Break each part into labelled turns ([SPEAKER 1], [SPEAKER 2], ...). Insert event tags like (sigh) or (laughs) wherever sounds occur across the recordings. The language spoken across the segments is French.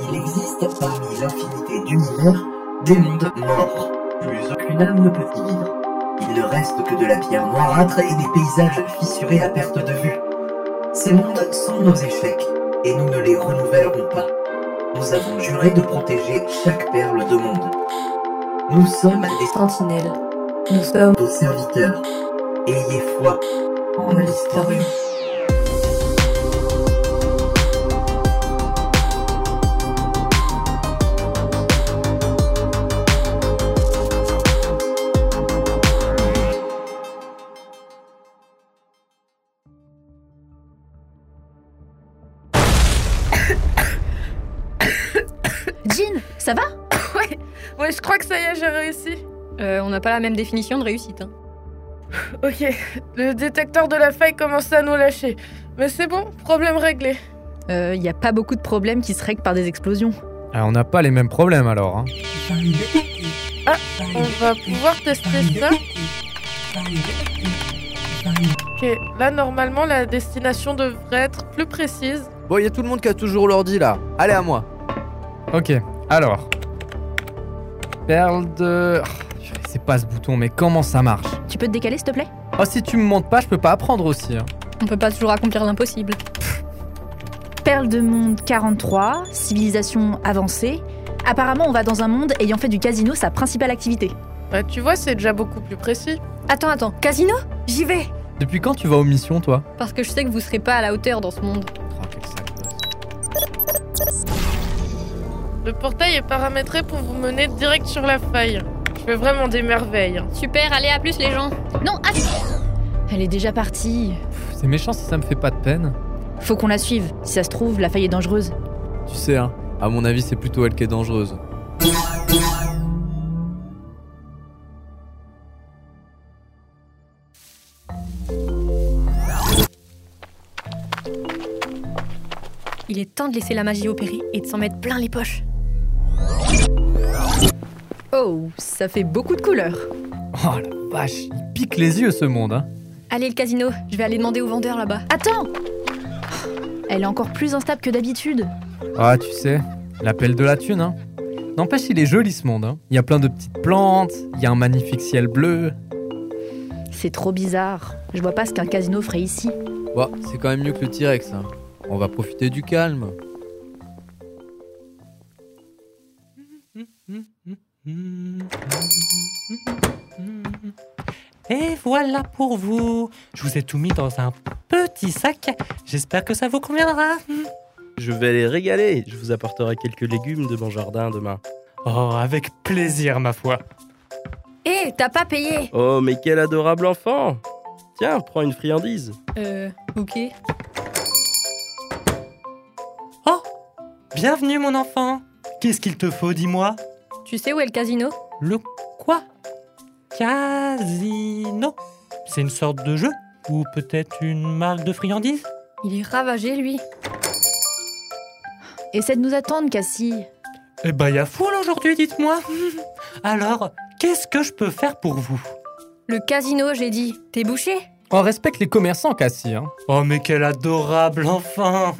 [SPEAKER 1] Il existe parmi l'infinité d'univers des mondes morts, plus aucune âme ne peut y vivre. Il ne reste que de la pierre noirâtre et des paysages fissurés à perte de vue. Ces mondes sont nos échecs et nous ne les renouvellerons pas. Nous avons juré de protéger chaque perle de monde. Nous sommes des
[SPEAKER 2] sentinelles. Nous sommes
[SPEAKER 1] vos serviteurs. Ayez foi en l'historien.
[SPEAKER 3] Jean, ça va
[SPEAKER 4] Ouais, je crois que ça y est, j'ai réussi.
[SPEAKER 3] Euh, On n'a pas la même définition de réussite. hein.
[SPEAKER 4] (laughs) Ok, le détecteur de la faille commence à nous lâcher. Mais c'est bon, problème réglé.
[SPEAKER 3] Euh, Il n'y a pas beaucoup de problèmes qui se règlent par des explosions.
[SPEAKER 5] Ah, on n'a pas les mêmes problèmes alors. hein.
[SPEAKER 4] On va pouvoir tester ça. Ok, là normalement la destination devrait être plus précise.
[SPEAKER 6] Bon, il y a tout le monde qui a toujours l'ordi là. Allez à moi.
[SPEAKER 5] Ok, alors. Perle de. Ah, purée, C'est pas ce bouton, mais comment ça marche
[SPEAKER 3] Tu peux te décaler, s'il te plaît
[SPEAKER 5] Oh, si tu me montes pas, je peux pas apprendre aussi. hein.
[SPEAKER 3] On peut pas toujours accomplir l'impossible.
[SPEAKER 2] Perle de Monde 43, civilisation avancée. Apparemment, on va dans un monde ayant fait du casino sa principale activité.
[SPEAKER 4] Bah tu vois, c'est déjà beaucoup plus précis.
[SPEAKER 3] Attends, attends, casino
[SPEAKER 2] J'y vais
[SPEAKER 5] Depuis quand tu vas aux missions, toi
[SPEAKER 3] Parce que je sais que vous serez pas à la hauteur dans ce monde.
[SPEAKER 6] Oh,
[SPEAKER 4] Le portail est paramétré pour vous mener direct sur la faille. Je fais vraiment des merveilles. hein.
[SPEAKER 3] Super, allez à plus les gens Non, attends
[SPEAKER 2] Elle est déjà partie.
[SPEAKER 5] Pff, C'est méchant si ça me fait pas de peine.
[SPEAKER 2] Faut qu'on la suive. Si ça se trouve, la faille est dangereuse.
[SPEAKER 6] Tu sais, hein, à mon avis, c'est plutôt elle qui est dangereuse.
[SPEAKER 3] Il est temps de laisser la magie opérer et de s'en mettre plein les poches.
[SPEAKER 2] Oh, ça fait beaucoup de couleurs.
[SPEAKER 5] Oh la vache, il pique les yeux ce monde. Hein.
[SPEAKER 3] Allez, le casino, je vais aller demander aux vendeurs là-bas.
[SPEAKER 2] Attends Elle est encore plus instable que d'habitude.
[SPEAKER 5] Ah, tu sais, l'appel de la thune. Hein. N'empêche, il est joli ce monde. hein. Il y a plein de petites plantes, il y a un magnifique ciel bleu.
[SPEAKER 2] C'est trop bizarre. Je vois pas ce qu'un casino ferait ici.
[SPEAKER 6] Bon, c'est quand même mieux que le T-Rex. hein. On va profiter du calme.
[SPEAKER 7] Et voilà pour vous. Je vous ai tout mis dans un petit sac. J'espère que ça vous conviendra.
[SPEAKER 8] Je vais les régaler. Je vous apporterai quelques légumes de mon jardin demain.
[SPEAKER 7] Oh, avec plaisir, ma foi.
[SPEAKER 3] Hé, Eh, t'as pas payé
[SPEAKER 8] Oh, mais quel adorable enfant Tiens, prends une friandise.
[SPEAKER 3] Euh, ok.
[SPEAKER 7] Oh, bienvenue, mon enfant. Qu'est-ce qu'il te faut, dis-moi
[SPEAKER 3] Tu sais où est le casino
[SPEAKER 7] Le quoi Casino. C'est une sorte de jeu Ou peut-être une marque de friandise
[SPEAKER 3] Il est ravagé, lui.
[SPEAKER 2] Essaie de nous attendre, Cassie.
[SPEAKER 7] Eh ben, y a foule aujourd'hui, dites-moi. (laughs) Alors, qu'est-ce que je peux faire pour vous
[SPEAKER 3] Le casino, j'ai dit. T'es bouché
[SPEAKER 5] On respecte les commerçants, Cassie. Hein.
[SPEAKER 7] Oh, mais quel adorable enfant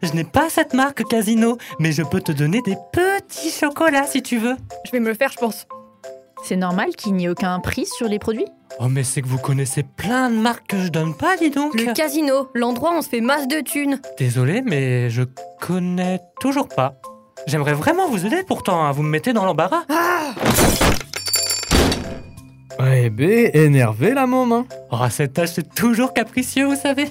[SPEAKER 7] Je n'ai pas cette marque Casino, mais je peux te donner des petits chocolats si tu veux.
[SPEAKER 3] Je vais me le faire, je pense.
[SPEAKER 2] C'est normal qu'il n'y ait aucun prix sur les produits
[SPEAKER 7] Oh, mais c'est que vous connaissez plein de marques que je donne pas, dis donc
[SPEAKER 3] Le casino, l'endroit où on se fait masse de thunes.
[SPEAKER 7] Désolé, mais je connais toujours pas. J'aimerais vraiment vous aider pourtant, hein, vous me mettez dans l'embarras.
[SPEAKER 5] Eh ben, énervé la môme. hein.
[SPEAKER 7] Oh, cet âge, c'est toujours capricieux, vous savez.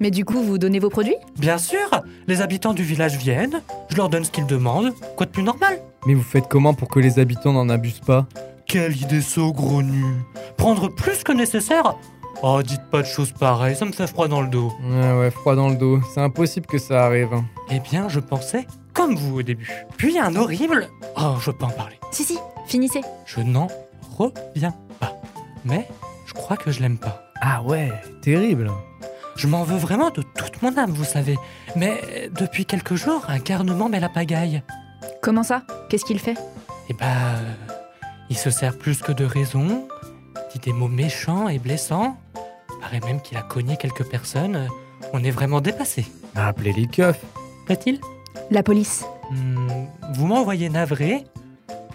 [SPEAKER 2] Mais du coup, vous donnez vos produits
[SPEAKER 7] Bien sûr, les habitants du village viennent, je leur donne ce qu'ils demandent, quoi de plus normal
[SPEAKER 5] Mais vous faites comment pour que les habitants n'en abusent pas
[SPEAKER 7] Quelle idée saugrenue Prendre plus que nécessaire Oh, dites pas de choses pareilles, ça me fait froid dans le dos.
[SPEAKER 5] Ah Ouais, ouais, froid dans le dos. C'est impossible que ça arrive. hein.
[SPEAKER 7] Eh bien, je pensais comme vous au début. Puis un horrible... Oh, je peux pas en parler.
[SPEAKER 2] Si, si, finissez.
[SPEAKER 7] Je n'en reviens pas. Mais je crois que je l'aime pas.
[SPEAKER 5] Ah ouais, terrible.
[SPEAKER 7] Je m'en veux vraiment de toute mon âme, vous savez. Mais euh, depuis quelques jours, un garnement met la pagaille.
[SPEAKER 2] Comment ça Qu'est-ce qu'il fait
[SPEAKER 7] Eh bah... euh, il se sert plus que de raison, dit des mots méchants et blessants. Paraît même qu'il a cogné quelques Euh, personnes. On est vraiment dépassé.
[SPEAKER 5] Appelez les Ah, keufs.
[SPEAKER 7] Plaît-il
[SPEAKER 2] La police.
[SPEAKER 7] Hmm, vous m'envoyez navré,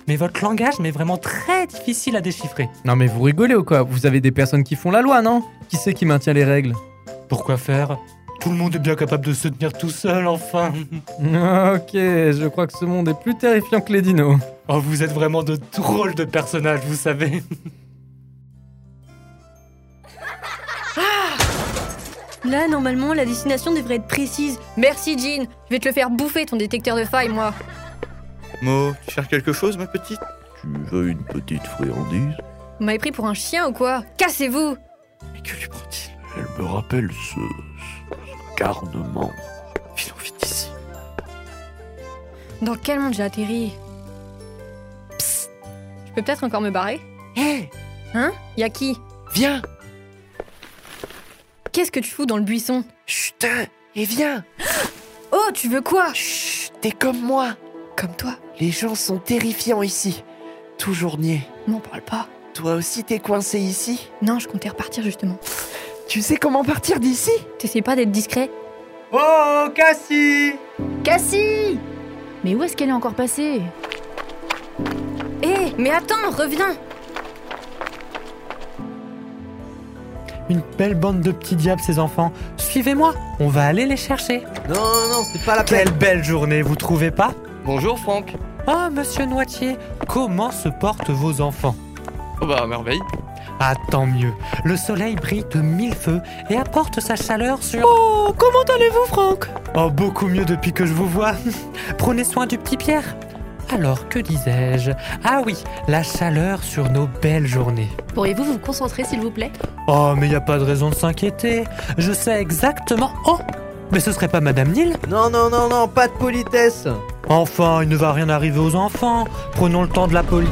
[SPEAKER 7] mais votre langage m'est vraiment très difficile à déchiffrer.
[SPEAKER 5] Non mais vous rigolez ou quoi Vous avez des personnes qui font la loi, non Qui c'est qui maintient les règles
[SPEAKER 7] Pourquoi faire Tout le monde est bien capable de se tenir tout seul, enfin.
[SPEAKER 5] (laughs) Ok, je crois que ce monde est plus terrifiant que les dinos.
[SPEAKER 7] Oh, vous êtes vraiment de drôles de personnages, vous savez.
[SPEAKER 3] Là, normalement, la destination devrait être précise. Merci, Jean. Je vais te le faire bouffer, ton détecteur de failles, moi.
[SPEAKER 9] Mo, tu cherches quelque chose, ma petite
[SPEAKER 10] Tu veux une petite friandise
[SPEAKER 3] Vous m'avez pris pour un chien ou quoi Cassez-vous
[SPEAKER 9] Mais que lui prend-il
[SPEAKER 10] Elle me rappelle ce, ce- ce garnement.
[SPEAKER 9] Filons vite d'ici.
[SPEAKER 3] Dans quel monde j'ai atterri Psst Je peux peut-être encore me barrer
[SPEAKER 9] Hé
[SPEAKER 7] Eh,
[SPEAKER 3] Hein Y'a qui
[SPEAKER 9] Viens
[SPEAKER 3] Qu'est-ce que tu fous dans le buisson
[SPEAKER 9] Chut hein, Et viens
[SPEAKER 3] Oh, tu veux quoi
[SPEAKER 9] Chut T'es comme moi
[SPEAKER 3] Comme toi,
[SPEAKER 9] Les gens sont terrifiants ici. Toujours niais.
[SPEAKER 3] m'en parle pas.
[SPEAKER 9] Toi aussi t'es coincé ici
[SPEAKER 3] Non, je comptais repartir justement.
[SPEAKER 9] Tu sais comment partir d'ici
[SPEAKER 3] T'essayes pas d'être discret
[SPEAKER 5] Oh, Cassie
[SPEAKER 2] Cassie Mais où est-ce qu'elle est encore passée
[SPEAKER 3] Hé, Eh, mais attends, reviens
[SPEAKER 7] Une belle bande de petits diables, ces enfants. Suivez-moi, on va aller les chercher.
[SPEAKER 8] Non, non, non, c'est pas la
[SPEAKER 7] Quelle belle journée, vous trouvez pas
[SPEAKER 9] Bonjour Franck.
[SPEAKER 7] Oh, monsieur Noitier, comment se portent vos enfants
[SPEAKER 9] Oh bah merveille.
[SPEAKER 7] Ah, tant mieux. Le soleil brille de mille feux et apporte sa chaleur sur...
[SPEAKER 9] Oh, comment allez-vous Franck
[SPEAKER 7] Oh, beaucoup mieux depuis que je vous vois. (laughs) Prenez soin du petit Pierre. Alors, que disais-je Ah oui, la chaleur sur nos belles journées.
[SPEAKER 2] Pourriez-vous vous concentrer, s'il vous plaît
[SPEAKER 7] Oh, mais y a pas de raison de s'inquiéter. Je sais exactement... Oh Mais ce serait pas Madame Neal
[SPEAKER 8] Non, non, non, non, pas de politesse
[SPEAKER 7] Enfin, il ne va rien arriver aux enfants. Prenons le temps de la poli...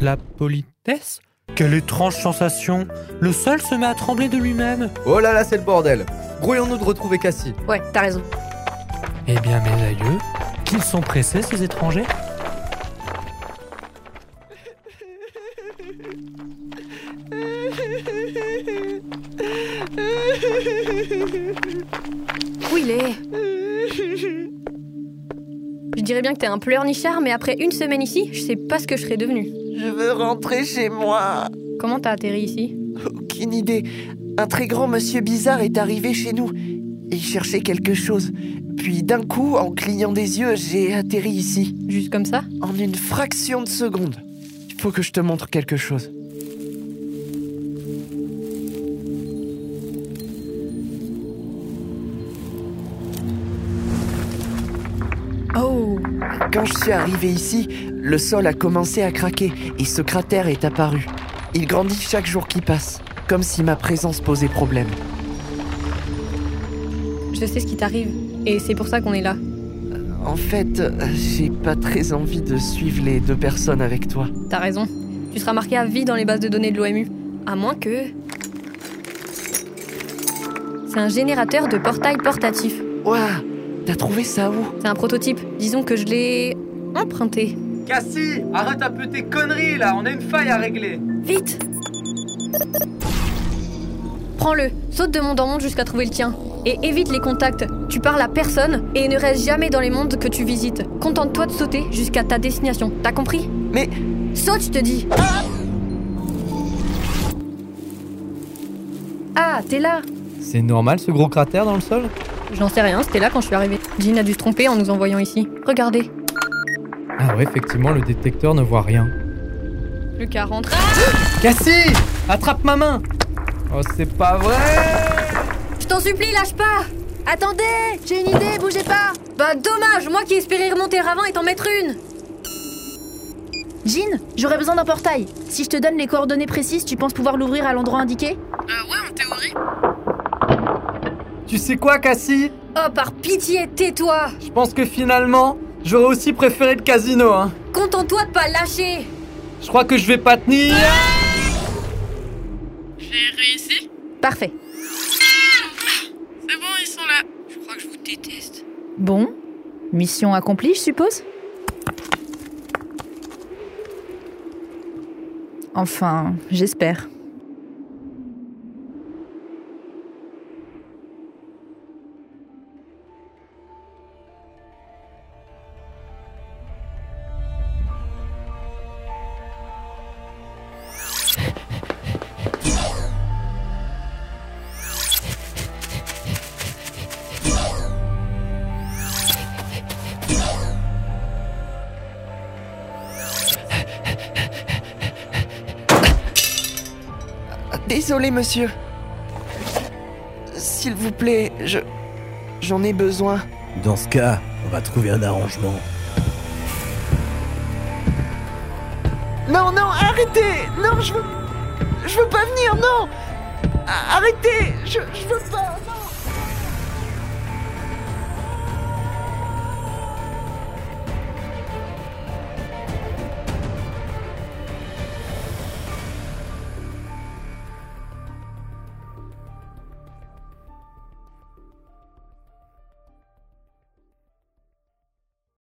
[SPEAKER 7] La politesse Quelle étrange sensation Le sol se met à trembler de lui-même.
[SPEAKER 5] Oh là là, c'est le bordel. Grouillons-nous de retrouver Cassie.
[SPEAKER 2] Ouais, t'as raison.
[SPEAKER 7] Eh bien, mes aïeux, qu'ils sont pressés, ces étrangers
[SPEAKER 3] Où il est Je dirais bien que t'es un pleurnichard, mais après une semaine ici, je sais pas ce que je serais devenu.
[SPEAKER 9] Je veux rentrer chez moi.
[SPEAKER 3] Comment t'as atterri ici
[SPEAKER 9] Aucune idée. Un très grand monsieur bizarre est arrivé chez nous. Il cherchait quelque chose. Puis d'un coup, en clignant des yeux, j'ai atterri ici.
[SPEAKER 3] Juste comme ça
[SPEAKER 9] En une fraction de seconde. Il faut que je te montre quelque chose.
[SPEAKER 2] Oh
[SPEAKER 9] Quand je suis arrivé ici, le sol a commencé à craquer et ce cratère est apparu. Il grandit chaque jour qui passe, comme si ma présence posait problème.
[SPEAKER 3] Je sais ce qui t'arrive, et c'est pour ça qu'on est là.
[SPEAKER 9] En fait, euh, j'ai pas très envie de suivre les deux personnes avec toi.
[SPEAKER 3] T'as raison. Tu seras marqué à vie dans les bases de données de l'OMU. À moins que. C'est un générateur de portail portatif.
[SPEAKER 9] Ouah, t'as trouvé ça où
[SPEAKER 3] C'est un prototype. Disons que je l'ai. emprunté.
[SPEAKER 5] Cassie, arrête un peu tes conneries là, on a une faille à régler.
[SPEAKER 3] Vite Prends-le, saute de monde en monde jusqu'à trouver le tien. Et évite les contacts. Tu parles à personne et ne reste jamais dans les mondes que tu visites. Contente-toi de sauter jusqu'à ta destination. T'as compris
[SPEAKER 9] Mais-
[SPEAKER 3] Saute, je te dis
[SPEAKER 2] Ah, t'es là
[SPEAKER 5] C'est normal ce gros cratère dans le sol
[SPEAKER 3] J'en sais rien, c'était là quand je suis arrivée. Jean a dû se tromper en nous envoyant ici. Regardez,
[SPEAKER 5] Ah ouais, effectivement, le détecteur ne voit rien.
[SPEAKER 3] Lucas rentre.
[SPEAKER 5] Cassie Attrape ma main Oh, c'est pas vrai
[SPEAKER 3] Je t'en supplie, lâche pas Attendez J'ai une idée, bougez pas Bah dommage, moi qui espérais remonter avant et t'en mettre une
[SPEAKER 2] Jean, j'aurais besoin d'un portail. Si je te donne les coordonnées précises, tu penses pouvoir l'ouvrir à l'endroit indiqué
[SPEAKER 4] Euh, ouais, en théorie.
[SPEAKER 5] Tu sais quoi, Cassie
[SPEAKER 3] Oh par pitié, tais-toi
[SPEAKER 5] Je pense que finalement, j'aurais aussi préféré le casino, hein.
[SPEAKER 3] Contente-toi de pas lâcher
[SPEAKER 5] Je crois que je vais pas tenir.
[SPEAKER 4] J'ai réussi.
[SPEAKER 2] Parfait.
[SPEAKER 4] C'est bon, ils sont là.
[SPEAKER 3] Je crois que je vous déteste.
[SPEAKER 2] Bon, mission accomplie, je suppose Enfin, j'espère.
[SPEAKER 11] Désolé, monsieur. S'il vous plaît, je. J'en ai besoin.
[SPEAKER 7] Dans ce cas, on va trouver un arrangement.
[SPEAKER 11] Non, non, arrêtez Non, je veux. Je veux pas venir, non A- Arrêtez Je, je veux pas, non